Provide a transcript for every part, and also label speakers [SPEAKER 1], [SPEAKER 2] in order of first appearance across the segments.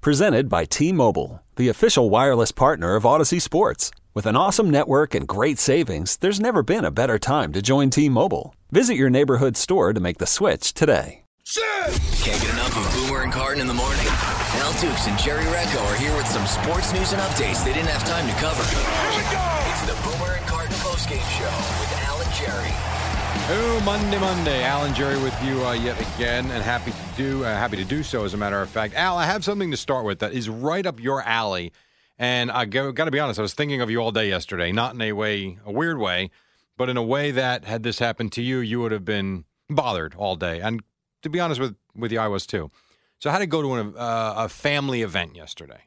[SPEAKER 1] Presented by T Mobile, the official wireless partner of Odyssey Sports. With an awesome network and great savings, there's never been a better time to join T Mobile. Visit your neighborhood store to make the switch today.
[SPEAKER 2] Can't get enough of Boomer and Carton in the morning. Al Dukes and Jerry Recco are here with some sports news and updates they didn't have time to cover. Here we go! It's the Boomer and Carton postgame show with Al and Jerry.
[SPEAKER 3] Oh, Monday, Monday. Alan Jerry with you uh, yet again, and happy to do uh, happy to do so. As a matter of fact, Al, I have something to start with that is right up your alley, and I go, got to be honest, I was thinking of you all day yesterday, not in a way, a weird way, but in a way that had this happened to you, you would have been bothered all day. And to be honest with with you, I was too. So I had to go to an, uh, a family event yesterday.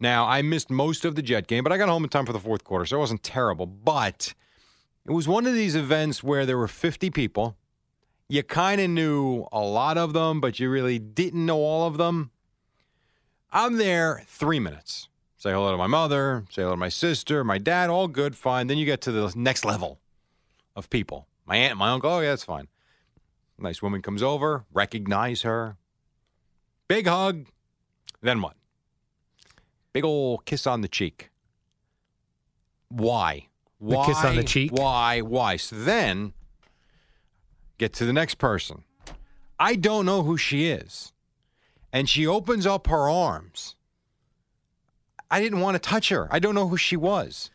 [SPEAKER 3] Now I missed most of the Jet game, but I got home in time for the fourth quarter, so it wasn't terrible. But it was one of these events where there were 50 people. You kind of knew a lot of them, but you really didn't know all of them. I'm there three minutes. Say hello to my mother, say hello to my sister, my dad, all good, fine. Then you get to the next level of people. My aunt, my uncle, oh, yeah, that's fine. Nice woman comes over, recognize her. Big hug. Then what? Big ol' kiss on the cheek. Why?
[SPEAKER 4] The
[SPEAKER 3] Why?
[SPEAKER 4] kiss on the cheek?
[SPEAKER 3] Why? Why? So then get to the next person. I don't know who she is. And she opens up her arms. I didn't want to touch her. I don't know who she was.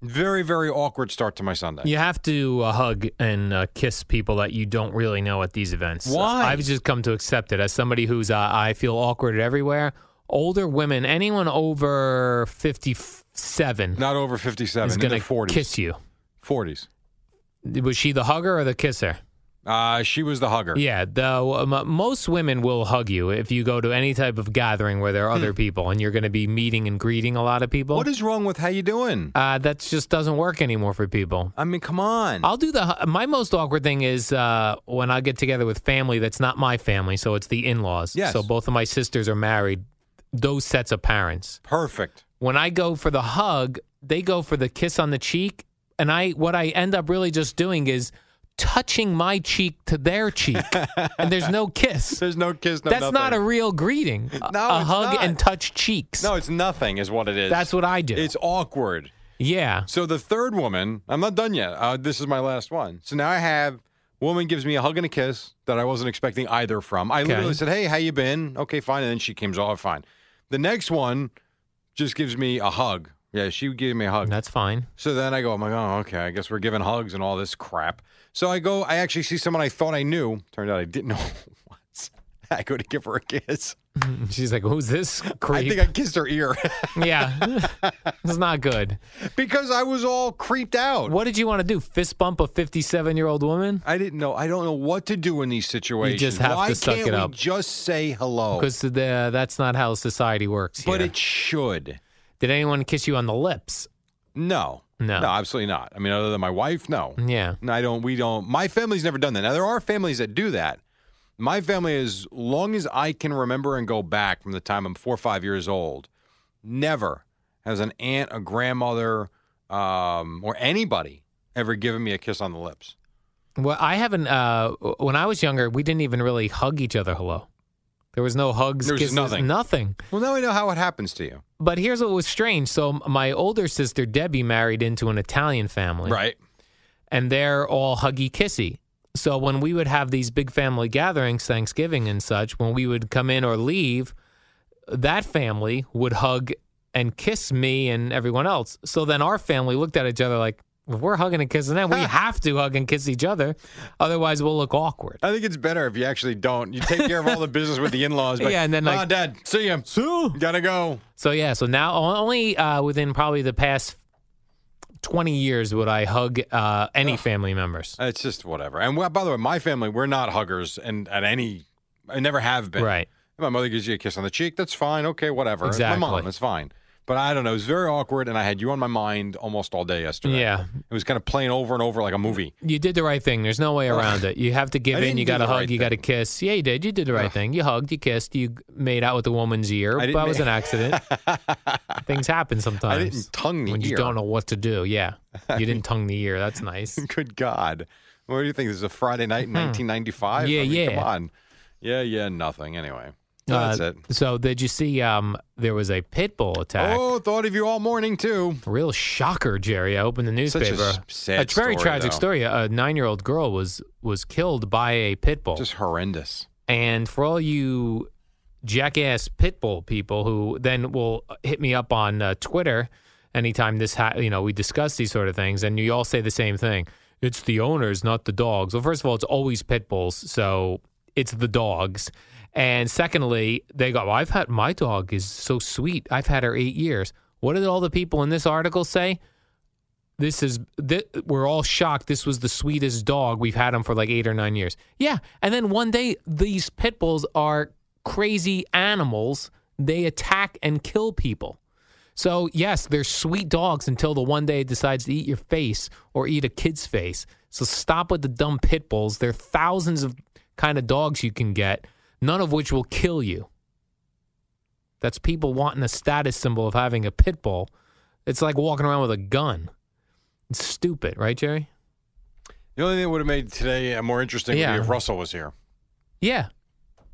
[SPEAKER 3] Very, very awkward start to my Sunday.
[SPEAKER 4] You have to uh, hug and uh, kiss people that you don't really know at these events.
[SPEAKER 3] Why?
[SPEAKER 4] I've just come to accept it as somebody who's uh, I feel awkward everywhere. Older women, anyone over fifty-seven,
[SPEAKER 3] Not over 57.
[SPEAKER 4] is
[SPEAKER 3] in their
[SPEAKER 4] going to
[SPEAKER 3] 40s.
[SPEAKER 4] kiss you.
[SPEAKER 3] 40s.
[SPEAKER 4] Was she the hugger or the kisser?
[SPEAKER 3] Uh, she was the hugger.
[SPEAKER 4] Yeah, though um, most women will hug you if you go to any type of gathering where there are other people and you're going to be meeting and greeting a lot of people.
[SPEAKER 3] Hmm. What is wrong with how you doing?
[SPEAKER 4] uh, that just doesn't work anymore for people.
[SPEAKER 3] I mean, come on.
[SPEAKER 4] I'll do the. My most awkward thing is uh, when I get together with family that's not my family, so it's the in-laws.
[SPEAKER 3] Yes.
[SPEAKER 4] So both of my sisters are married. Those sets of parents.
[SPEAKER 3] Perfect.
[SPEAKER 4] When I go for the hug, they go for the kiss on the cheek, and I what I end up really just doing is touching my cheek to their cheek, and there's no kiss.
[SPEAKER 3] There's no kiss, no
[SPEAKER 4] that's
[SPEAKER 3] nothing.
[SPEAKER 4] not a real greeting. A-
[SPEAKER 3] No,
[SPEAKER 4] a
[SPEAKER 3] it's
[SPEAKER 4] hug
[SPEAKER 3] not.
[SPEAKER 4] and touch cheeks.
[SPEAKER 3] No, it's nothing, is what it is.
[SPEAKER 4] that's what I do.
[SPEAKER 3] It's awkward.
[SPEAKER 4] yeah.
[SPEAKER 3] So the third woman, I'm not done yet. Uh, this is my last one. So now I have woman gives me a hug and a kiss that I wasn't expecting either from. I literally said, "Hey, how you been?" Okay, fine. And then she comes off fine. The next one just gives me a hug. Yeah, she gave me a hug.
[SPEAKER 4] That's fine.
[SPEAKER 3] So then I go, I'm like, oh, okay, I guess we're giving hugs and all this crap. So I go, I actually see someone I thought I knew. Turned out I didn't know who it was. I go to give her a kiss.
[SPEAKER 4] She's like, "Who's this
[SPEAKER 3] I
[SPEAKER 4] creep?"
[SPEAKER 3] think I kissed her ear
[SPEAKER 4] yeah, it's not good.
[SPEAKER 3] because I was all creeped out.
[SPEAKER 4] What did you want to do? Fist bump a 57 year old woman?
[SPEAKER 3] I didn't know. I don't know what to do in these situations.
[SPEAKER 4] have
[SPEAKER 3] Why
[SPEAKER 4] to suck
[SPEAKER 3] can't
[SPEAKER 4] it up.
[SPEAKER 3] we just say hello?
[SPEAKER 4] Because that's not how society works.
[SPEAKER 3] Oh. But
[SPEAKER 4] here.
[SPEAKER 3] it should.
[SPEAKER 4] did anyone kiss you on the lips?
[SPEAKER 3] No.
[SPEAKER 4] No. Mm.
[SPEAKER 3] No, absolutely not. I mean, other than my wife, no.
[SPEAKER 4] Yeah.
[SPEAKER 3] No, I don't. We don't. My family's never done that. Now there are families that do that. My family, as long as I can remember and go back from the time I'm four or five years old, never has an aunt, a grandmother, um, or anybody ever given me a kiss on the lips.
[SPEAKER 4] Well, I haven't. Uh, when I was younger, we didn't even really hug each other. Hello. There was no hugs.
[SPEAKER 3] There was
[SPEAKER 4] kisses,
[SPEAKER 3] nothing.
[SPEAKER 4] Nothing.
[SPEAKER 3] Well, now I know how it happens to you,
[SPEAKER 4] But here's what was strange. So my older sister Debbie married into an Italian family.
[SPEAKER 3] right?
[SPEAKER 4] and they're all huggy kissy. So when we would have these big family gatherings, Thanksgiving and such, when we would come in or leave, that family would hug and kiss me and everyone else. So then our family looked at each other like, if we're hugging and kissing them, we have to hug and kiss each other. Otherwise, we'll look awkward.
[SPEAKER 3] I think it's better if you actually don't. You take care of all the business with the in-laws. But,
[SPEAKER 4] Yeah, and then,
[SPEAKER 3] "Ah,
[SPEAKER 4] like-
[SPEAKER 3] Dad, see ya.
[SPEAKER 4] So,
[SPEAKER 3] Gotta go.
[SPEAKER 4] so yeah, so now only uh, within probably the past 20 years would I hug uh, any family members.
[SPEAKER 3] It's just whatever. And well, by the way, my family, we're not huggers, and at any, I never have been.
[SPEAKER 4] Right.
[SPEAKER 3] My mother gives you a kiss on the cheek. That's fine. Okay, whatever. It's
[SPEAKER 4] Exactly.
[SPEAKER 3] My mom. It's fine. But I don't know. It was very awkward, and I had you on my mind almost all day yesterday.
[SPEAKER 4] Yeah.
[SPEAKER 3] It was kind of playing over and over like a movie.
[SPEAKER 4] You did the right thing. There's no way around it. You have to give
[SPEAKER 3] I
[SPEAKER 4] in.
[SPEAKER 3] didn't
[SPEAKER 4] You
[SPEAKER 3] do
[SPEAKER 4] got to
[SPEAKER 3] the
[SPEAKER 4] hug.
[SPEAKER 3] right
[SPEAKER 4] you got to
[SPEAKER 3] thing.
[SPEAKER 4] kiss. Yeah, you did. You did the right thing. You hugged. You kissed. You made out with the woman's ear.
[SPEAKER 3] I
[SPEAKER 4] That
[SPEAKER 3] didn't
[SPEAKER 4] was
[SPEAKER 3] ma-
[SPEAKER 4] an accident. Things happen sometimes.
[SPEAKER 3] I didn't tongue the
[SPEAKER 4] when you
[SPEAKER 3] ear.
[SPEAKER 4] don't know what to do. Yeah, you didn't tongue the ear. That's nice. Uh,
[SPEAKER 3] Good God. What do you think? This is a Friday night in 1995?
[SPEAKER 4] Hmm. Yeah,
[SPEAKER 3] I mean,
[SPEAKER 4] yeah.
[SPEAKER 3] Come on. Yeah, yeah, nothing. Anyway. So
[SPEAKER 4] Uh,
[SPEAKER 3] that's it.
[SPEAKER 4] So did you see? Um, there was a pit bull attack.
[SPEAKER 3] Oh, thought of you all morning, too.
[SPEAKER 4] Real shocker, Jerry. I opened the
[SPEAKER 3] Such a
[SPEAKER 4] newspaper.
[SPEAKER 3] s- sad
[SPEAKER 4] It's a very
[SPEAKER 3] story,
[SPEAKER 4] tragic
[SPEAKER 3] though.
[SPEAKER 4] story. A nine-year-old girl was was killed by a pit bull.
[SPEAKER 3] Just horrendous.
[SPEAKER 4] And for all you jackass pitbull people who then will hit me up on uh, Twitter anytime this ha- you know we discuss these sort of things, and you all say the same thing: it's the owners, not the dogs. Well, first of all, it's always pit bulls, so it's the dogs. And secondly, they go, well, "I've had my dog is so sweet. I've had her eight years." What did all the people in this article say? this is th- we're all shocked this was the sweetest dog we've had him for like eight or nine years yeah and then one day these pit bulls are crazy animals they attack and kill people so yes they're sweet dogs until the one day it decides to eat your face or eat a kid's face so stop with the dumb pit bulls there are thousands of kind of dogs you can get none of which will kill you that's people wanting a status symbol of having a pit bull it's like walking around with a gun it's stupid, right, Jerry?
[SPEAKER 3] The only thing that would have made today uh, more interesting would
[SPEAKER 4] Yeah.
[SPEAKER 3] be if Russell was here,
[SPEAKER 4] Yeah.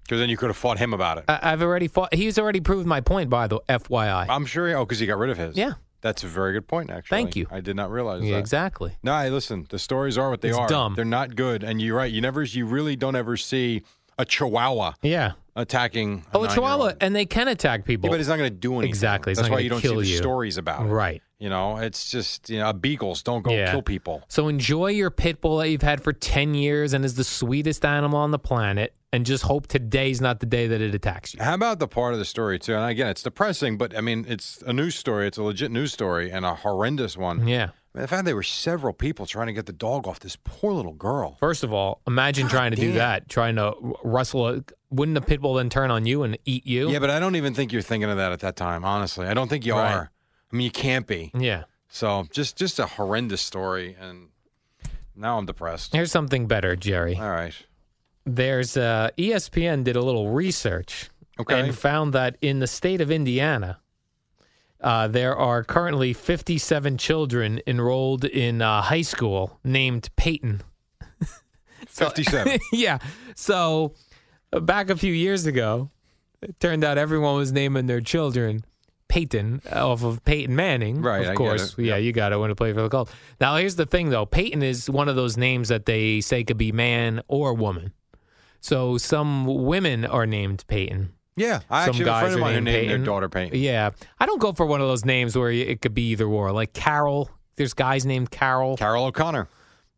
[SPEAKER 3] because then you could have fought him about it.
[SPEAKER 4] I- I've already fought. He's already proved my point, by the FYI.
[SPEAKER 3] I'm sure. Oh, because he got rid of his.
[SPEAKER 4] Yeah.
[SPEAKER 3] That's a very good point, actually.
[SPEAKER 4] Thank you.
[SPEAKER 3] I did not realize
[SPEAKER 4] Yeah,
[SPEAKER 3] that.
[SPEAKER 4] exactly.
[SPEAKER 3] No, hey, listen, the stories are what they
[SPEAKER 4] It's
[SPEAKER 3] are.
[SPEAKER 4] dumb.
[SPEAKER 3] They're not good. And you're right. You never, you really don't ever see a chihuahua
[SPEAKER 4] Yeah.
[SPEAKER 3] attacking.
[SPEAKER 4] Oh, a
[SPEAKER 3] nine-year-old.
[SPEAKER 4] chihuahua, and they can attack people.
[SPEAKER 3] Yeah, but it's not going to do anything.
[SPEAKER 4] Exactly, it's
[SPEAKER 3] That's
[SPEAKER 4] not
[SPEAKER 3] why
[SPEAKER 4] gonna
[SPEAKER 3] you don't
[SPEAKER 4] kill
[SPEAKER 3] see the
[SPEAKER 4] you.
[SPEAKER 3] stories about it.
[SPEAKER 4] right.
[SPEAKER 3] You know, it's just, you know, beagles don't go
[SPEAKER 4] Yeah.
[SPEAKER 3] kill people.
[SPEAKER 4] So enjoy your pit bull that you've had for 10 years and is the sweetest animal on the planet, and just hope today's not the day that it attacks you.
[SPEAKER 3] How about the part of the story too? And again, it's depressing, but I mean, it's a news story. It's a legit news story and a horrendous one.
[SPEAKER 4] Yeah.
[SPEAKER 3] I mean, the fact there were several people trying to get the dog off this poor little girl.
[SPEAKER 4] First of all, imagine trying to do
[SPEAKER 3] damn.
[SPEAKER 4] that, trying to r- wrestle. A, wouldn't a pit bull then turn on you and eat you?
[SPEAKER 3] Yeah, but I don't even think you're thinking of that at that time. Honestly, I don't think you
[SPEAKER 4] Right.
[SPEAKER 3] are. I mean, you can't be.
[SPEAKER 4] yeah.
[SPEAKER 3] So just just a horrendous story, and now I'm depressed.
[SPEAKER 4] Here's something better, Jerry.
[SPEAKER 3] All right.
[SPEAKER 4] there's uh, ESPN did a little research
[SPEAKER 3] Okay.
[SPEAKER 4] and found that in the state of Indiana, uh, there are currently 57 children enrolled in uh, high school named Peyton.
[SPEAKER 3] 57.
[SPEAKER 4] yeah. So uh, back a few years ago, it turned out everyone was naming their children Peyton uh, off of Peyton Manning.
[SPEAKER 3] Right, I
[SPEAKER 4] Of
[SPEAKER 3] get
[SPEAKER 4] course.
[SPEAKER 3] it.
[SPEAKER 4] Yeah, you got it when to play for the Colts. Now, here's the thing, though Peyton is one of those names that they say could be man or woman. So some women are named Peyton.
[SPEAKER 3] yeah, I
[SPEAKER 4] Some
[SPEAKER 3] actually have a
[SPEAKER 4] guys
[SPEAKER 3] friend of
[SPEAKER 4] are
[SPEAKER 3] mine who
[SPEAKER 4] named
[SPEAKER 3] named their
[SPEAKER 4] Peyton.
[SPEAKER 3] daughter Peyton.
[SPEAKER 4] Yeah. I don't go for one of those names where it could be either or. Like Carol. There's guys named Carol.
[SPEAKER 3] Carol O'Connor.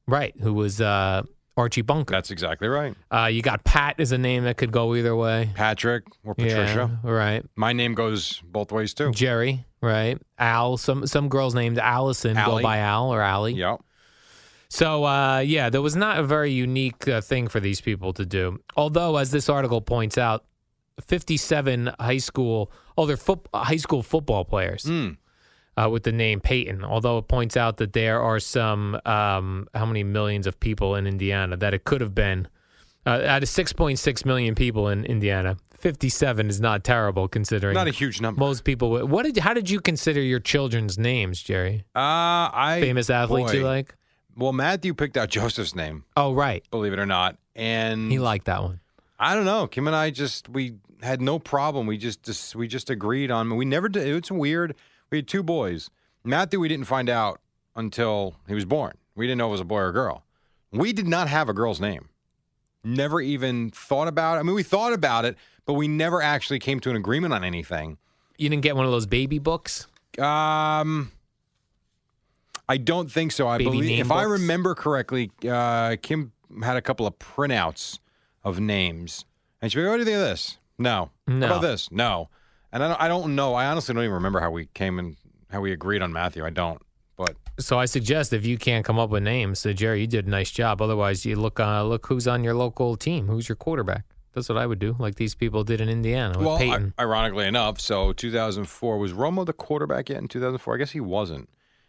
[SPEAKER 4] right. Who was uh, Archie Bunker.
[SPEAKER 3] That's exactly right.
[SPEAKER 4] Uh, you got Pat as a name that could go either way.
[SPEAKER 3] Patrick or Patricia.
[SPEAKER 4] Yeah, right.
[SPEAKER 3] My name goes both ways too.
[SPEAKER 4] Jerry, right? Al. Some some girls named Allison
[SPEAKER 3] Allie.
[SPEAKER 4] go by Al or Allie.
[SPEAKER 3] Yeah.
[SPEAKER 4] So uh, yeah, there was not a very unique uh, thing for these people to do. Although, as this article points out, fifty-seven high school, oh, they're foot, high school football players
[SPEAKER 3] Mm.
[SPEAKER 4] uh, with the name Peyton. Although it points out that there are some um, how many millions of people in Indiana that it could have been. Uh, out of 6.6 million people in Indiana, 57 is not terrible considering
[SPEAKER 3] Not a huge number.
[SPEAKER 4] most people. Would. What did? How did you consider your children's names, Jerry?
[SPEAKER 3] Uh, I
[SPEAKER 4] Famous athletes
[SPEAKER 3] boy.
[SPEAKER 4] you like?
[SPEAKER 3] Well, Matthew picked out Joseph's name,
[SPEAKER 4] Oh, right.
[SPEAKER 3] believe it or not, and
[SPEAKER 4] He liked that one.
[SPEAKER 3] I don't know. Kim and I just we had no problem. We just, just we just agreed on. We never did. It's weird. We had two boys. Matthew, we didn't find out until he was born. We didn't know it was a boy or a girl. We did not have a girl's name. never even thought about it. I mean, we thought about it, but we never actually came to an agreement on anything.
[SPEAKER 4] You didn't get one of those baby books?
[SPEAKER 3] Um, I don't think so. I
[SPEAKER 4] Baby
[SPEAKER 3] believe,
[SPEAKER 4] name
[SPEAKER 3] if I
[SPEAKER 4] books?
[SPEAKER 3] remember correctly, uh, Kim had a couple of printouts of names, and she'd be, like, "What do you think of this? No.
[SPEAKER 4] No.
[SPEAKER 3] How about this? No." And I don't, I don't know. I honestly don't even remember how we came and how we agreed on Matthew. I don't. But
[SPEAKER 4] So I suggest if you can't come up with names, so Jerry, you did a nice job. Otherwise, you look uh, look who's on your local team, who's your quarterback. That's what I would do, like these people did in Indiana with
[SPEAKER 3] well, i-
[SPEAKER 4] Peyton.
[SPEAKER 3] ironically enough, so 2004 was Romo the quarterback yet in 2004? I guess he wasn't.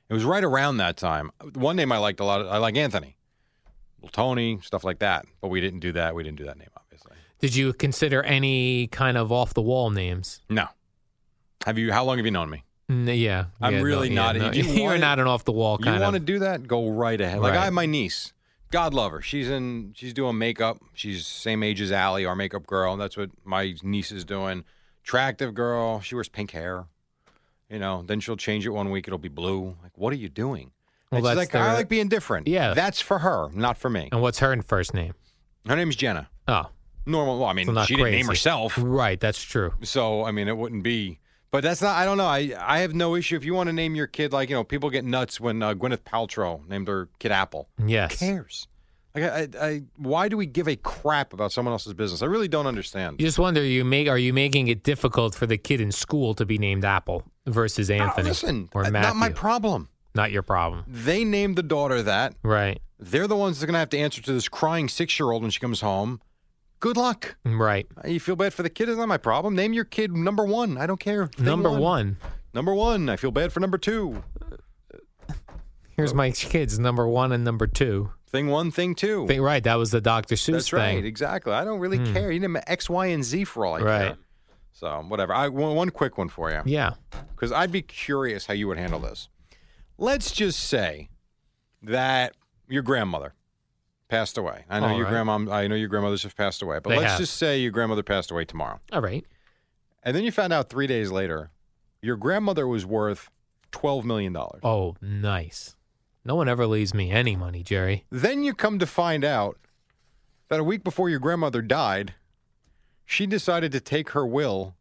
[SPEAKER 3] It was right around that time. One name I liked a lot. I like Anthony, Little Tony, stuff like that. But we didn't do that. We didn't do that name, obviously.
[SPEAKER 4] Did you consider any kind of off the wall names?
[SPEAKER 3] No. Have you? How long have you known me?
[SPEAKER 4] N- yeah,
[SPEAKER 3] I'm
[SPEAKER 4] yeah, no,
[SPEAKER 3] really
[SPEAKER 4] yeah,
[SPEAKER 3] not-
[SPEAKER 4] no.
[SPEAKER 3] if you
[SPEAKER 4] You're
[SPEAKER 3] wanted-
[SPEAKER 4] not an off the wall
[SPEAKER 3] you
[SPEAKER 4] kind
[SPEAKER 3] want to
[SPEAKER 4] of.
[SPEAKER 3] do that? Go right ahead. Like I
[SPEAKER 4] Right.
[SPEAKER 3] have my niece. God love her. She's in. She's doing makeup. She's same age as Allie, our makeup girl. And that's what my niece is doing. Attractive girl. She wears pink hair. You know. Then she'll change it one week. It'll be blue. Like what are you doing?
[SPEAKER 4] Well,
[SPEAKER 3] And she's like
[SPEAKER 4] that's
[SPEAKER 3] I
[SPEAKER 4] their-
[SPEAKER 3] like being different.
[SPEAKER 4] Yeah.
[SPEAKER 3] That's for her, not for me.
[SPEAKER 4] And what's her first name?
[SPEAKER 3] Her name's Jenna.
[SPEAKER 4] Oh,
[SPEAKER 3] Normal. Well, I mean,
[SPEAKER 4] so not
[SPEAKER 3] she
[SPEAKER 4] crazy.
[SPEAKER 3] didn't name herself.
[SPEAKER 4] Right, that's true.
[SPEAKER 3] So I mean, it wouldn't be. But that's not. I don't know. I I have no issue if you want to name your kid like you know people get nuts when uh, Gwyneth Paltrow named her kid Apple.
[SPEAKER 4] Yes.
[SPEAKER 3] Who cares? Like I, I, I, why do we give a crap about someone else's business? I really don't understand.
[SPEAKER 4] You just wonder you make are you making it difficult for the kid in school to be named Apple versus
[SPEAKER 3] Ah,
[SPEAKER 4] Anthony
[SPEAKER 3] listen,
[SPEAKER 4] or
[SPEAKER 3] uh,
[SPEAKER 4] Matthew?
[SPEAKER 3] not my problem.
[SPEAKER 4] Not your problem.
[SPEAKER 3] They named the daughter that.
[SPEAKER 4] Right.
[SPEAKER 3] They're the ones that are going to have to answer to this crying six-year-old when she comes home. Good luck.
[SPEAKER 4] Right.
[SPEAKER 3] Uh, You feel bad for the kid? It's not my problem. Name your kid number one. I don't care. Thing
[SPEAKER 4] Number one.
[SPEAKER 3] Number one. I feel bad for number two.
[SPEAKER 4] Here's my kids, number one and number two.
[SPEAKER 3] Thing one. Thing two.
[SPEAKER 4] Think right, that was the Dr. Seuss
[SPEAKER 3] That's right,
[SPEAKER 4] thing. Hmm.
[SPEAKER 3] exactly. I don't really care. You name it X, Y, and Z for all I care.
[SPEAKER 4] Right.
[SPEAKER 3] So whatever. I one, one quick one for you
[SPEAKER 4] Yeah.
[SPEAKER 3] because I'd be curious how you would handle this. Let's just say that your grandmother passed away. I know
[SPEAKER 4] All
[SPEAKER 3] your
[SPEAKER 4] right.
[SPEAKER 3] grandmom. I know your grandmothers have passed away, but
[SPEAKER 4] They
[SPEAKER 3] let's
[SPEAKER 4] have.
[SPEAKER 3] just say your grandmother passed away tomorrow,
[SPEAKER 4] All right.
[SPEAKER 3] and then you found out three days later your grandmother was worth twelve million dollars.
[SPEAKER 4] Oh, nice. No one ever leaves me any money, Jerry.
[SPEAKER 3] Then you come to find out that a week before your grandmother died, she decided to take her will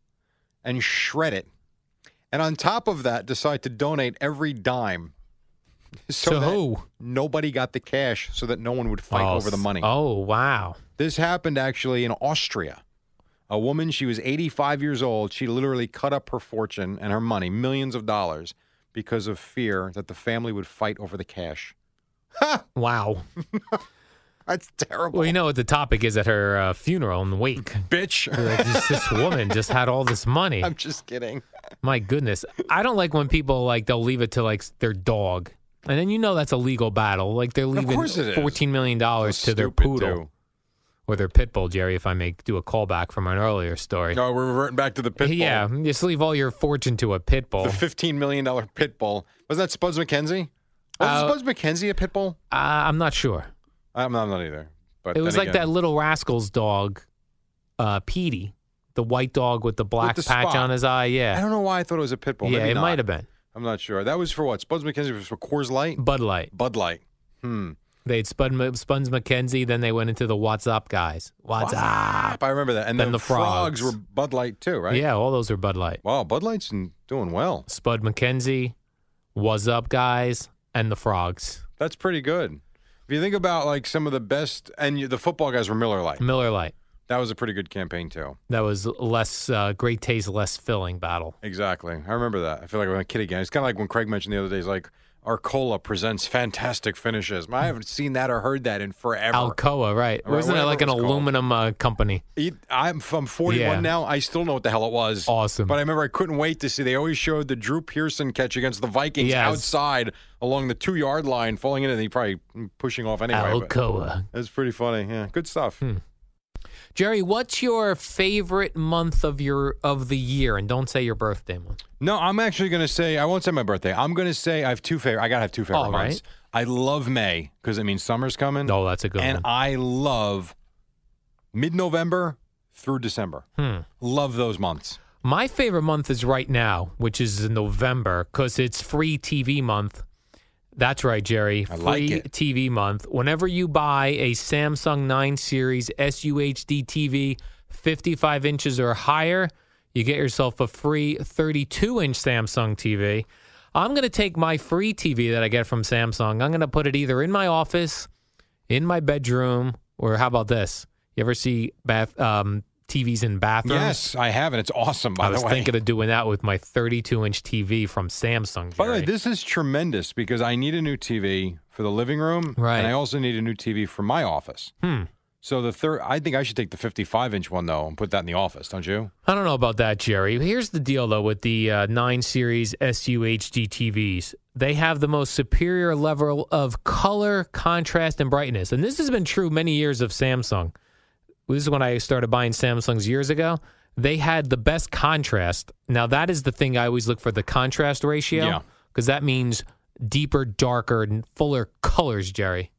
[SPEAKER 3] and shred it. And on top of that, decide to donate every dime. So
[SPEAKER 4] to
[SPEAKER 3] that
[SPEAKER 4] who?
[SPEAKER 3] Nobody got the cash so that no one would fight
[SPEAKER 4] Oh,
[SPEAKER 3] over the money.
[SPEAKER 4] Oh, wow.
[SPEAKER 3] This happened actually in Austria. A woman, she was 85 years old. She literally cut up her fortune and her money, millions of dollars, because of fear that the family would fight over the cash.
[SPEAKER 4] Wow.
[SPEAKER 3] That's terrible.
[SPEAKER 4] Well, you know what the topic is at her uh, funeral in the wake.
[SPEAKER 3] bitch.
[SPEAKER 4] Like, this, this woman just had all this money.
[SPEAKER 3] I'm just kidding.
[SPEAKER 4] My goodness. I don't like when people like they'll leave it to like their dog. And then you know that's a legal battle. Like they're leaving
[SPEAKER 3] course it is.
[SPEAKER 4] fourteen million dollars Oh, to their
[SPEAKER 3] Stupid,
[SPEAKER 4] poodle or their pit bull, Jerry, if I may do a callback from an earlier story.
[SPEAKER 3] too. No, we're reverting back to the pit bull.
[SPEAKER 4] Yeah, just leave all your fortune to a pit bull.
[SPEAKER 3] The $15 million pit bull. Was that Spuds McKenzie? Was
[SPEAKER 4] Uh,
[SPEAKER 3] Spuds McKenzie a pit bull?
[SPEAKER 4] uh, I'm not sure.
[SPEAKER 3] I'm not, I'm not either. But
[SPEAKER 4] It was like that little rascal's dog, uh, Petey, the white dog with the black
[SPEAKER 3] the
[SPEAKER 4] patch
[SPEAKER 3] spot.
[SPEAKER 4] on his eye.
[SPEAKER 3] I
[SPEAKER 4] Yeah,
[SPEAKER 3] don't know why I thought it was a pit bull.
[SPEAKER 4] yeah,
[SPEAKER 3] Maybe
[SPEAKER 4] it
[SPEAKER 3] not.
[SPEAKER 4] might have been
[SPEAKER 3] I'm not sure. That was for what? Spuds McKenzie was for Coors Light?
[SPEAKER 4] Bud Light.
[SPEAKER 3] Bud Light. Hmm.
[SPEAKER 4] They had Spud, Spuns McKenzie, then they went into the What's Up guys. What's, Up?
[SPEAKER 3] I remember that. And
[SPEAKER 4] Then
[SPEAKER 3] then
[SPEAKER 4] the
[SPEAKER 3] frogs.
[SPEAKER 4] frogs.
[SPEAKER 3] were Bud Light too, right?
[SPEAKER 4] Yeah, all those are Bud Light.
[SPEAKER 3] Wow, Bud Light's doing well.
[SPEAKER 4] Spud McKenzie, What's Up guys, and the frogs.
[SPEAKER 3] That's pretty good. If you think about like some of the best, and you, the football guys were Miller Light.
[SPEAKER 4] Miller Light.
[SPEAKER 3] That was a pretty good campaign too.
[SPEAKER 4] That was less uh, great taste, less filling battle.
[SPEAKER 3] Exactly. I remember that. I feel like I'm a kid again. It's kind of like when Craig mentioned the other day, he's like, Arcola presents fantastic finishes. I haven't seen that or heard that in forever.
[SPEAKER 4] Alcoa, right?
[SPEAKER 3] Right,
[SPEAKER 4] Wasn't it
[SPEAKER 3] whatever
[SPEAKER 4] like
[SPEAKER 3] it
[SPEAKER 4] an
[SPEAKER 3] was called.
[SPEAKER 4] aluminum uh, company?
[SPEAKER 3] It- I'm from 41
[SPEAKER 4] Yeah.
[SPEAKER 3] now. I still know what the hell it was.
[SPEAKER 4] Awesome.
[SPEAKER 3] But I remember I couldn't wait to see. They always showed the Drew Pearson catch against the Vikings
[SPEAKER 4] Yes.
[SPEAKER 3] outside along the two yard line, falling in, and he probably mm, pushing off anyway. but
[SPEAKER 4] Alcoa.
[SPEAKER 3] It was pretty funny. Yeah, good stuff.
[SPEAKER 4] Hmm. Jerry, what's your favorite month of your of the year? And don't say your birthday month.
[SPEAKER 3] No, I'm actually going to say I won't say my birthday. I'm going to say I have two favorite. I got to have two favorite
[SPEAKER 4] All right.
[SPEAKER 3] months. I love May because it means summer's coming.
[SPEAKER 4] No, that's a good
[SPEAKER 3] and
[SPEAKER 4] one.
[SPEAKER 3] I love mid-November through December.
[SPEAKER 4] Hmm.
[SPEAKER 3] Love those months.
[SPEAKER 4] My favorite month is right now, which is November, because it's free TV month, That's right, Jerry.
[SPEAKER 3] I
[SPEAKER 4] Free
[SPEAKER 3] like it.
[SPEAKER 4] TV month. Whenever you buy a Samsung 9 Series SUHD TV 55 inches or higher, you get yourself a free 32 inch Samsung TV. I'm going to take my free TV that I get from Samsung. I'm going to put it either in my office, in my bedroom, or how about this? You ever see bath um, TVs in bathrooms?
[SPEAKER 3] Yes, I have, and it's awesome. By
[SPEAKER 4] I was
[SPEAKER 3] the way,
[SPEAKER 4] thinking of doing that with my 32 inch TV from Samsung. Jerry.
[SPEAKER 3] By the way, this is tremendous because I need a new TV for the living room,
[SPEAKER 4] Right.
[SPEAKER 3] And I also need a new TV for my office.
[SPEAKER 4] Hmm.
[SPEAKER 3] So the third, I think I should take the 55 inch one though and put that in the office, don't you?
[SPEAKER 4] I don't know about that, Jerry. Here's the deal, though, with the uh, 9 Series SUHD TVs. They have the most superior level of color, contrast, and brightness. And this has been true many years of Samsung. This is when I started buying Samsungs years ago. They had the best contrast. Now, that is the thing I always look for the contrast
[SPEAKER 3] Yeah.
[SPEAKER 4] ratio, because that means deeper, darker, and fuller colors, Jerry.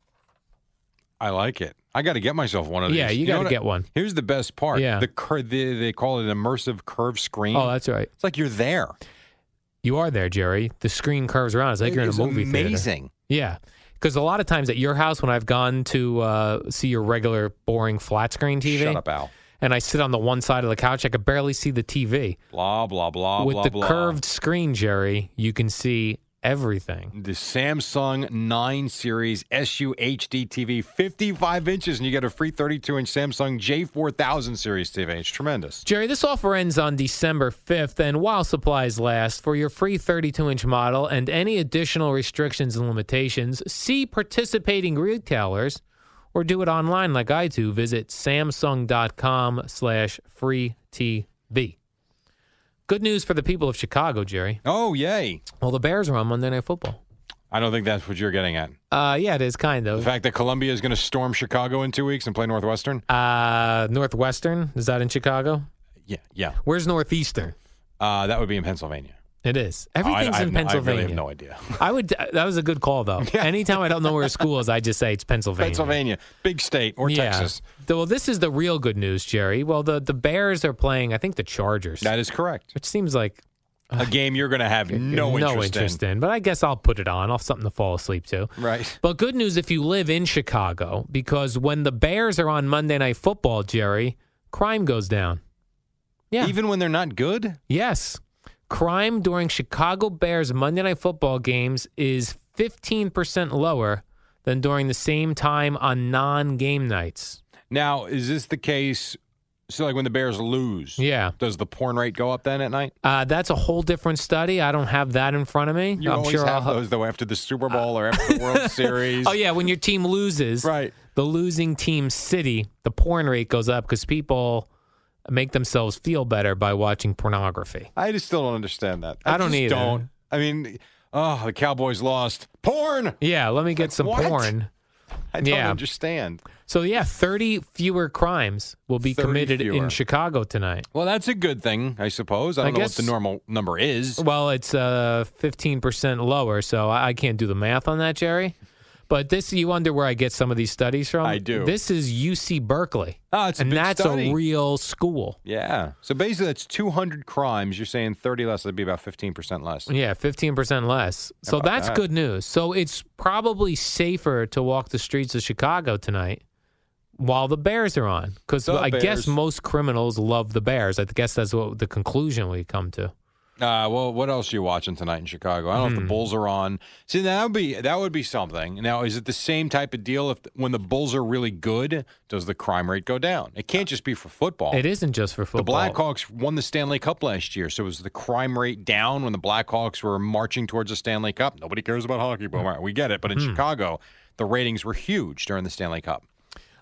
[SPEAKER 3] I like it. I got to get myself one of these.
[SPEAKER 4] Yeah, you
[SPEAKER 3] know
[SPEAKER 4] gotta
[SPEAKER 3] what I-
[SPEAKER 4] get one.
[SPEAKER 3] Here's the best part.
[SPEAKER 4] Yeah.
[SPEAKER 3] the, cur- the they call it an immersive curve screen.
[SPEAKER 4] Oh, that's right.
[SPEAKER 3] it's like you're there.
[SPEAKER 4] You are there, Jerry. The screen curves around. It's like you're in a
[SPEAKER 3] It's
[SPEAKER 4] movie theater.
[SPEAKER 3] Amazing.
[SPEAKER 4] Yeah. Because a lot of times at your house, when I've gone to uh, see your regular boring flat screen TV,
[SPEAKER 3] Shut up, Al.
[SPEAKER 4] and I sit on the one side of the couch, I could barely see the TV.
[SPEAKER 3] Blah blah blah
[SPEAKER 4] With
[SPEAKER 3] blah
[SPEAKER 4] the
[SPEAKER 3] blah.
[SPEAKER 4] curved screen, Jerry, you can see everything.
[SPEAKER 3] the Samsung 9 Series SUHD TV, 55 inches, and you get a free 32 inch Samsung J4000 Series TV. It's tremendous.
[SPEAKER 4] Jerry, this offer ends on December 5th, and while supplies last, for your free 32 inch model and any additional restrictions and limitations, see participating retailers or do it online like I do. Visit samsung.com slash free TV. Good news for the people of Chicago, Jerry.
[SPEAKER 3] Oh, yay.
[SPEAKER 4] Well, the Bears are on Monday Night Football.
[SPEAKER 3] I don't think that's what you're getting at.
[SPEAKER 4] Uh, yeah, it is kind
[SPEAKER 3] The
[SPEAKER 4] of.
[SPEAKER 3] fact that Columbia is going to storm Chicago in two weeks and play Northwestern?
[SPEAKER 4] Uh, Northwestern, is that in Chicago?
[SPEAKER 3] Yeah, yeah.
[SPEAKER 4] Where's Northeastern?
[SPEAKER 3] Uh, that would be in Pennsylvania.
[SPEAKER 4] It is.
[SPEAKER 3] I- I
[SPEAKER 4] Everything's
[SPEAKER 3] have
[SPEAKER 4] in
[SPEAKER 3] no-
[SPEAKER 4] Pennsylvania.
[SPEAKER 3] I really have no idea.
[SPEAKER 4] I would. uh, That was a good call, though. Anytime I don't know where a school is, I just say it's Pennsylvania.
[SPEAKER 3] Pennsylvania, big state, or
[SPEAKER 4] yeah.
[SPEAKER 3] Texas.
[SPEAKER 4] Th- Well, this is the real good news, Jerry. Well, the the Bears are playing. I think the Chargers,
[SPEAKER 3] That is correct.
[SPEAKER 4] which seems like
[SPEAKER 3] A game you're going to have no, interest,
[SPEAKER 4] in. But I guess I'll put it on. I'll have something to fall asleep to.
[SPEAKER 3] in. Right.
[SPEAKER 4] But good news if you live in Chicago, because when the Bears are on Monday Night Football, Jerry, crime goes down. Yeah.
[SPEAKER 3] Even when they're not good?
[SPEAKER 4] Yes. Crime during Chicago Bears Monday Night Football games is 15% lower than during the same time on non game nights.
[SPEAKER 3] Now, is this the case? So, like when the Bears lose,
[SPEAKER 4] Yeah.
[SPEAKER 3] does the porn rate go up then at night?
[SPEAKER 4] Uh, that's a whole different study. I don't have that in front of me.
[SPEAKER 3] You
[SPEAKER 4] I'm
[SPEAKER 3] always
[SPEAKER 4] sure
[SPEAKER 3] have
[SPEAKER 4] I'll.
[SPEAKER 3] those though after the Super Bowl or after the World Series.
[SPEAKER 4] Oh, yeah. When your team loses,
[SPEAKER 3] right.
[SPEAKER 4] the losing team city, the porn rate goes up because people make themselves feel better by watching pornography.
[SPEAKER 3] I just still don't understand that.
[SPEAKER 4] I don't
[SPEAKER 3] just
[SPEAKER 4] either.
[SPEAKER 3] Don't. I mean, oh, the Cowboys lost. Porn.
[SPEAKER 4] Yeah, let me get some
[SPEAKER 3] what?
[SPEAKER 4] porn.
[SPEAKER 3] I don't
[SPEAKER 4] Yeah.
[SPEAKER 3] understand.
[SPEAKER 4] So, yeah, 30 fewer crimes will be
[SPEAKER 3] 30
[SPEAKER 4] committed in
[SPEAKER 3] fewer.
[SPEAKER 4] Chicago tonight.
[SPEAKER 3] Well, that's a good thing, I suppose. I
[SPEAKER 4] I
[SPEAKER 3] don't know
[SPEAKER 4] guess-
[SPEAKER 3] what the normal number is.
[SPEAKER 4] Well, it's uh fifteen percent lower, so I, I can't do the math on that, Jerry. But this, you wonder where I get some of these studies from.
[SPEAKER 3] I do.
[SPEAKER 4] This is UC Berkeley,
[SPEAKER 3] Oh, it's a
[SPEAKER 4] and
[SPEAKER 3] big
[SPEAKER 4] that's
[SPEAKER 3] study.
[SPEAKER 4] a real school.
[SPEAKER 3] yeah. So basically, that's 200 crimes. You're saying 30 less. That'd be about 15 percent less.
[SPEAKER 4] Yeah, fifteen percent less. So
[SPEAKER 3] about
[SPEAKER 4] that's
[SPEAKER 3] that?
[SPEAKER 4] good news. So it's probably safer to walk the streets of Chicago tonight while the Bears are on, because
[SPEAKER 3] The
[SPEAKER 4] I guess
[SPEAKER 3] Bears.
[SPEAKER 4] most criminals love the Bears. I guess that's what the conclusion we come to.
[SPEAKER 3] Uh, well, what else are you watching tonight in Chicago? I don't
[SPEAKER 4] Hmm.
[SPEAKER 3] know if the Bulls are on. See, that would be that would be something. Now, is it the same type of deal? If when the Bulls are really good, does the crime rate go down? It can't just be for football.
[SPEAKER 4] It isn't just for
[SPEAKER 3] The
[SPEAKER 4] football.
[SPEAKER 3] Blackhawks won the Stanley Cup last year, so was the crime rate down when the Blackhawks were marching towards the Stanley Cup? Nobody cares about hockey, boomer.
[SPEAKER 4] Hmm.
[SPEAKER 3] We get it, but in Chicago, the ratings were huge during the Stanley Cup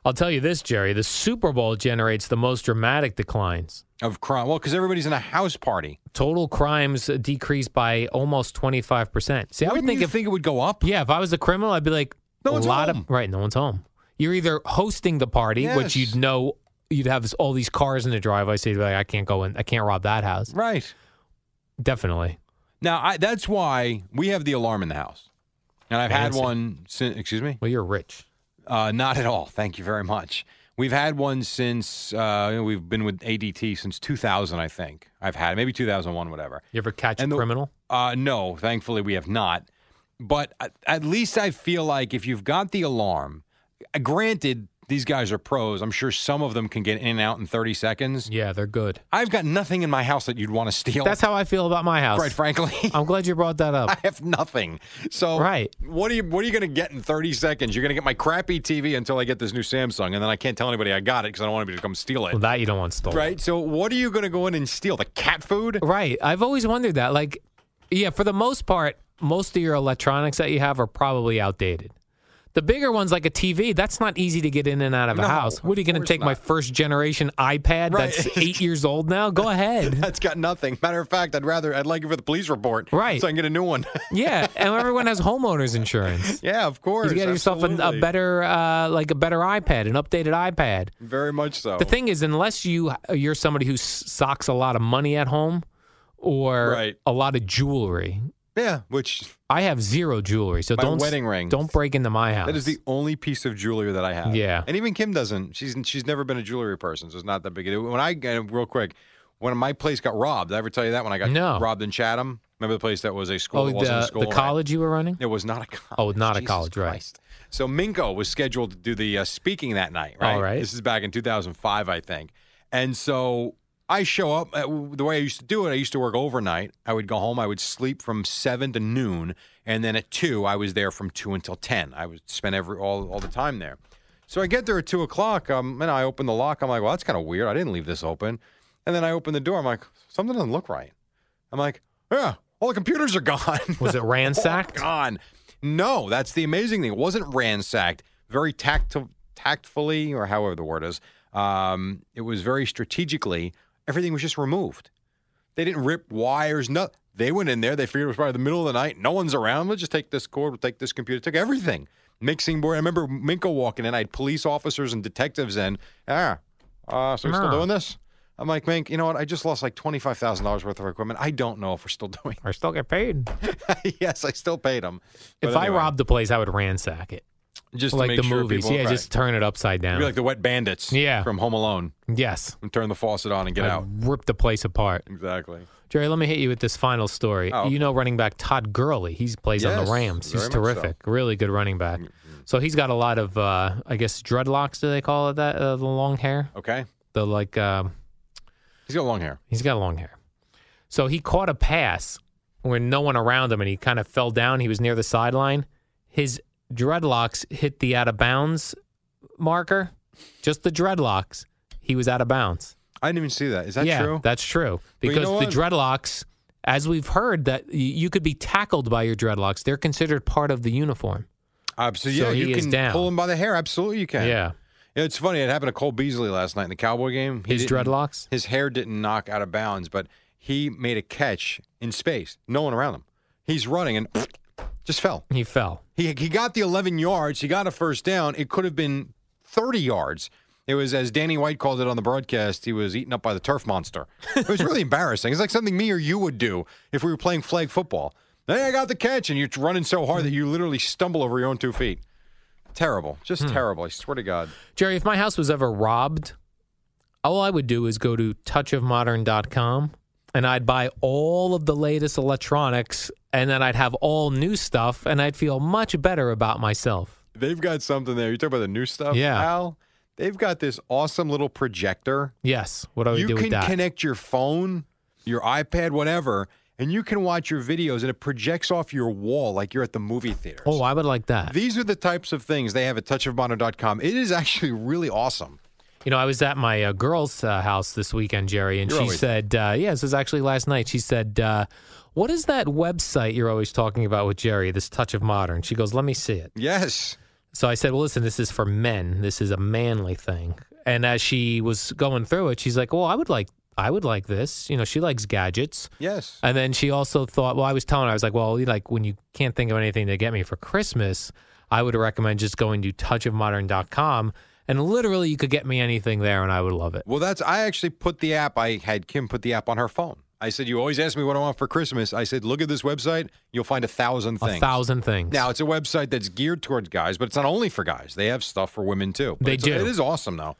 [SPEAKER 4] I'll tell you this, Jerry. The Super Bowl generates the most dramatic declines.
[SPEAKER 3] of crime. Well, because everybody's in a house party.
[SPEAKER 4] Total crimes decreased by almost 25%. See, I would
[SPEAKER 3] Wouldn't
[SPEAKER 4] think
[SPEAKER 3] you
[SPEAKER 4] if,
[SPEAKER 3] think it would go up.
[SPEAKER 4] yeah, if I was a criminal, I'd be like,
[SPEAKER 3] No
[SPEAKER 4] a
[SPEAKER 3] one's
[SPEAKER 4] lot
[SPEAKER 3] home.
[SPEAKER 4] of, right, no one's home. You're either hosting the party,
[SPEAKER 3] Yes.
[SPEAKER 4] which you'd know you'd have all these cars in the driveway, so you'd be like, I can't go in, I can't rob that house.
[SPEAKER 3] Right.
[SPEAKER 4] Definitely.
[SPEAKER 3] Now, I, that's why we have the alarm in the house. And I've
[SPEAKER 4] Fancy.
[SPEAKER 3] had one since, excuse me?
[SPEAKER 4] Well, you're rich.
[SPEAKER 3] Uh, not at all. Thank you very much. We've had one since, uh, we've been with ADT since 2000, I think. I've had it, maybe 2001, whatever.
[SPEAKER 4] You ever catch
[SPEAKER 3] And
[SPEAKER 4] a
[SPEAKER 3] the-
[SPEAKER 4] criminal?
[SPEAKER 3] Uh, no, thankfully we have not. But at, at least I feel like if you've got the alarm, uh, granted, these guys are pros. I'm sure some of them can get in and out in 30 seconds.
[SPEAKER 4] Yeah, they're good.
[SPEAKER 3] I've got nothing in my house that you'd want to steal.
[SPEAKER 4] That's how I feel about my house.
[SPEAKER 3] quite frankly.
[SPEAKER 4] I'm glad you brought that up.
[SPEAKER 3] I have nothing. So
[SPEAKER 4] Right.
[SPEAKER 3] what are you what are you going to get in 30 seconds? You're going to get my crappy TV until I get this new Samsung and then I can't tell anybody I got it cuz I don't want anybody to come steal it.
[SPEAKER 4] Well, that you don't want stolen.
[SPEAKER 3] right? So what are you going to go in and steal? The cat food?
[SPEAKER 4] Right. I've always wondered that. Like, yeah, for the most part, most of your electronics that you have are probably outdated. The bigger ones, like a TV, that's not easy to get in and out of a
[SPEAKER 3] No,
[SPEAKER 4] house. What are you
[SPEAKER 3] of
[SPEAKER 4] going to
[SPEAKER 3] course
[SPEAKER 4] take my
[SPEAKER 3] not.
[SPEAKER 4] first generation iPad
[SPEAKER 3] Right.
[SPEAKER 4] that's eight years old now? Go ahead.
[SPEAKER 3] That's got nothing. Matter of fact, I'd rather I'd like it for the police report.
[SPEAKER 4] Right.
[SPEAKER 3] So I can get a new one.
[SPEAKER 4] Yeah, and everyone has homeowners insurance.
[SPEAKER 3] yeah, of course.
[SPEAKER 4] You get yourself an, a
[SPEAKER 3] absolutely.
[SPEAKER 4] better, uh, like a better iPad, an updated iPad.
[SPEAKER 3] Very much so.
[SPEAKER 4] The thing is, unless you you're somebody who s- socks a lot of money at home, or
[SPEAKER 3] Right.
[SPEAKER 4] a lot of jewelry,
[SPEAKER 3] yeah, which
[SPEAKER 4] I have zero jewelry, so
[SPEAKER 3] My
[SPEAKER 4] don't
[SPEAKER 3] wedding ring.
[SPEAKER 4] Don't break into my house. Oh,
[SPEAKER 3] that is the only piece of jewelry that I have.
[SPEAKER 4] Yeah.
[SPEAKER 3] And even Kim doesn't. She's she's never been a jewelry person, so it's not that big a deal. When I and real quick, when my place got robbed, did I ever tell you that when I got
[SPEAKER 4] No.
[SPEAKER 3] robbed in Chatham? Remember the place that was a school?
[SPEAKER 4] oh
[SPEAKER 3] that wasn't a
[SPEAKER 4] the,
[SPEAKER 3] school,
[SPEAKER 4] the
[SPEAKER 3] right?
[SPEAKER 4] college you were running.
[SPEAKER 3] It was not a college.
[SPEAKER 4] Oh, not a
[SPEAKER 3] Jesus
[SPEAKER 4] college, right.
[SPEAKER 3] Christ. So Minko was scheduled to do the uh, speaking that night, right?
[SPEAKER 4] All right.
[SPEAKER 3] This is back in 2005, I think. And so I show up. uh, The way I used to do it, I used to work overnight. I would go home. I would sleep from seven to noon, and then at two, I was there from two until ten. I would spend every all all the time there. So I get there at two o'clock. Um, and I open the lock. I'm like, well, that's kind of weird. I didn't leave this open. And then I open the door. I'm like, something doesn't look right. I'm like, yeah, all the computers are gone.
[SPEAKER 4] Was it ransacked?
[SPEAKER 3] Oh, God. No, that's the amazing thing. It wasn't ransacked. Very tact- tactfully, or however the word is, um, it was very strategically. Everything was just removed. They didn't rip wires. No, they went in there. They figured it was probably the middle of the night. No one's around. Let's just take this cord. We'll take this computer. Took everything. Mixing board. I remember Minko walking in. I had police officers and detectives in. Ah, uh, so we're still
[SPEAKER 4] Nah.
[SPEAKER 3] doing this? I'm like, Mink, you know what? I just lost like $25,000 worth of equipment. I don't know if we're still doing
[SPEAKER 4] I still get paid.
[SPEAKER 3] yes, I still paid them.
[SPEAKER 4] If I robbed the place, I would ransack it,
[SPEAKER 3] just
[SPEAKER 4] like the movies. yeah, just turn it upside down.
[SPEAKER 3] be like the wet bandits.
[SPEAKER 4] Yeah.
[SPEAKER 3] from Home Alone
[SPEAKER 4] yes,
[SPEAKER 3] and turn the faucet on and get
[SPEAKER 4] I'd
[SPEAKER 3] out.
[SPEAKER 4] rip the place apart.
[SPEAKER 3] Exactly.
[SPEAKER 4] Jerry, let me hit you with this final story.
[SPEAKER 3] Oh.
[SPEAKER 4] You know, running back Todd Gurley, he plays on
[SPEAKER 3] Yes,
[SPEAKER 4] the Rams. He's
[SPEAKER 3] very much so. Mm-hmm.
[SPEAKER 4] terrific, really good running back. So he's got a lot of, uh, I guess, dreadlocks. Do they call it that? Uh, the long hair,
[SPEAKER 3] Okay.
[SPEAKER 4] the like. Um,
[SPEAKER 3] He's got long hair.
[SPEAKER 4] He's got long hair. So he caught a pass when no one around him and he kind of fell down. He was near the sideline. His dreadlocks hit the out of bounds marker, just the dreadlocks. He was out of bounds.
[SPEAKER 3] I didn't even see that. Is that
[SPEAKER 4] yeah,
[SPEAKER 3] true?
[SPEAKER 4] that's true.
[SPEAKER 3] But you
[SPEAKER 4] Because
[SPEAKER 3] know
[SPEAKER 4] the
[SPEAKER 3] what?
[SPEAKER 4] dreadlocks, as we've heard, that y- you could be tackled by your dreadlocks. They're considered part of the uniform.
[SPEAKER 3] Absolutely.
[SPEAKER 4] so
[SPEAKER 3] yeah,
[SPEAKER 4] he
[SPEAKER 3] you
[SPEAKER 4] is
[SPEAKER 3] can
[SPEAKER 4] down.
[SPEAKER 3] pull him by the hair. Absolutely, you can.
[SPEAKER 4] Yeah.
[SPEAKER 3] It's funny. It happened to Cole Beasley last night in the Cowboy game. He
[SPEAKER 4] His
[SPEAKER 3] didn't-
[SPEAKER 4] dreadlocks?
[SPEAKER 3] His hair didn't knock out of bounds, but he made a catch in space. No one around him. He's running and just fell.
[SPEAKER 4] He fell.
[SPEAKER 3] He he got the 11 yards. He got a first down. It could have been 30 yards. It was as Danny White called it on the broadcast. He was eaten up by the turf monster. It was really embarrassing. It's like something me or you would do if we were playing flag football. Hey, I got the catch, and you're running so hard that you literally stumble over your own two feet. Terrible, just terrible. I swear to God.
[SPEAKER 4] Jerry, if my house was ever robbed, all I would do is go to touchofmodern.com and I'd buy all of the latest electronics and then I'd have all new stuff and I'd feel much better about myself.
[SPEAKER 3] They've got something there. You talk about the new stuff,
[SPEAKER 4] Yeah.
[SPEAKER 3] Al. They've got this awesome little projector
[SPEAKER 4] Yes. What do I
[SPEAKER 3] you
[SPEAKER 4] do
[SPEAKER 3] can
[SPEAKER 4] with that?
[SPEAKER 3] connect your phone, your iPad, whatever, and you can watch your videos, and it projects off your wall like you're at the movie theater.
[SPEAKER 4] oh, I would like that.
[SPEAKER 3] These are the types of things they have at touchofmono.com. It is actually really awesome.
[SPEAKER 4] You know, I was at my uh, girl's uh, house this weekend, Jerry, and
[SPEAKER 3] You're
[SPEAKER 4] she
[SPEAKER 3] always-
[SPEAKER 4] said, uh, yeah, this was actually last night. She said, uh, what is that website you're always talking about with Jerry, this touch of modern? She goes, let me see it.
[SPEAKER 3] Yes.
[SPEAKER 4] So I said, "Well, listen, this is for men. This is a manly thing." And as she was going through it, she's like, "Well, I would like, I would like this." You know, she likes gadgets.
[SPEAKER 3] Yes.
[SPEAKER 4] And then she also thought, "Well, I was telling her, I was like, well, you like when you can't think of anything to get me for Christmas, I would recommend just going to touchofmodern.com, and literally you could get me anything there, and I would love it."
[SPEAKER 3] Well, that's I actually put the app. I had Kim put the app on her phone. I said, "You always ask me what I want for Christmas." I said, "Look at this website. You'll find a thousand things."
[SPEAKER 4] A thousand things.
[SPEAKER 3] Now it's a website that's geared towards guys, but it's not only for guys. They have stuff for women too. But
[SPEAKER 4] They
[SPEAKER 3] it's-
[SPEAKER 4] do.
[SPEAKER 3] It is awesome though.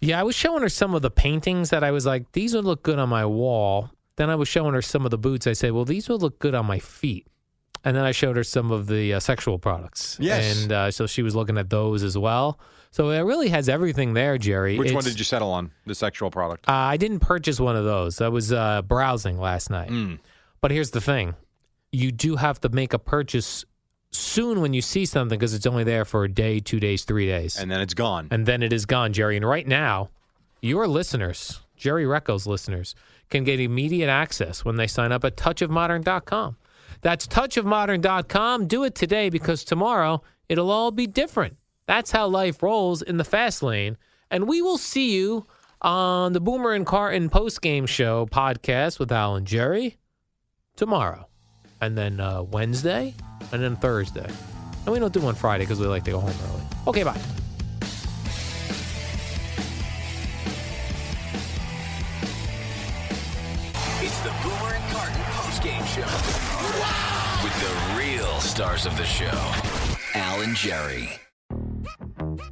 [SPEAKER 4] Yeah, I was showing her some of the paintings that I was like, these would look good on my wall. Then I was showing her some of the boots. I said, well, these would look good on my feet. And then I showed her some of the uh, sexual products.
[SPEAKER 3] Yes.
[SPEAKER 4] And uh, so she was looking at those as well. So it really has everything there, Jerry.
[SPEAKER 3] Which one
[SPEAKER 4] It's-
[SPEAKER 3] did you settle on? The sexual product.
[SPEAKER 4] Uh, I didn't purchase one of those. I was uh, browsing last night.
[SPEAKER 3] Hmm.
[SPEAKER 4] But here's the thing you do have to make a purchase soon when you see something because it's only there for a day, two days, three days.
[SPEAKER 3] And then it's gone.
[SPEAKER 4] and then it is gone, Jerry. And right now, your listeners, Jerry Recco's listeners, can get immediate access when they sign up at touchofmodern.com. That's touchofmodern.com. Do it today because tomorrow it'll all be different. That's how life rolls in the fast lane. And we will see you on the Boomer and Carton postgame show podcast with Al and Jerry tomorrow, and then uh, Wednesday, and then Thursday. And we don't do one Friday because we like to go home early. Okay, bye.
[SPEAKER 2] It's the Boomer and Carton postgame show with the real stars of the show, Al and Jerry.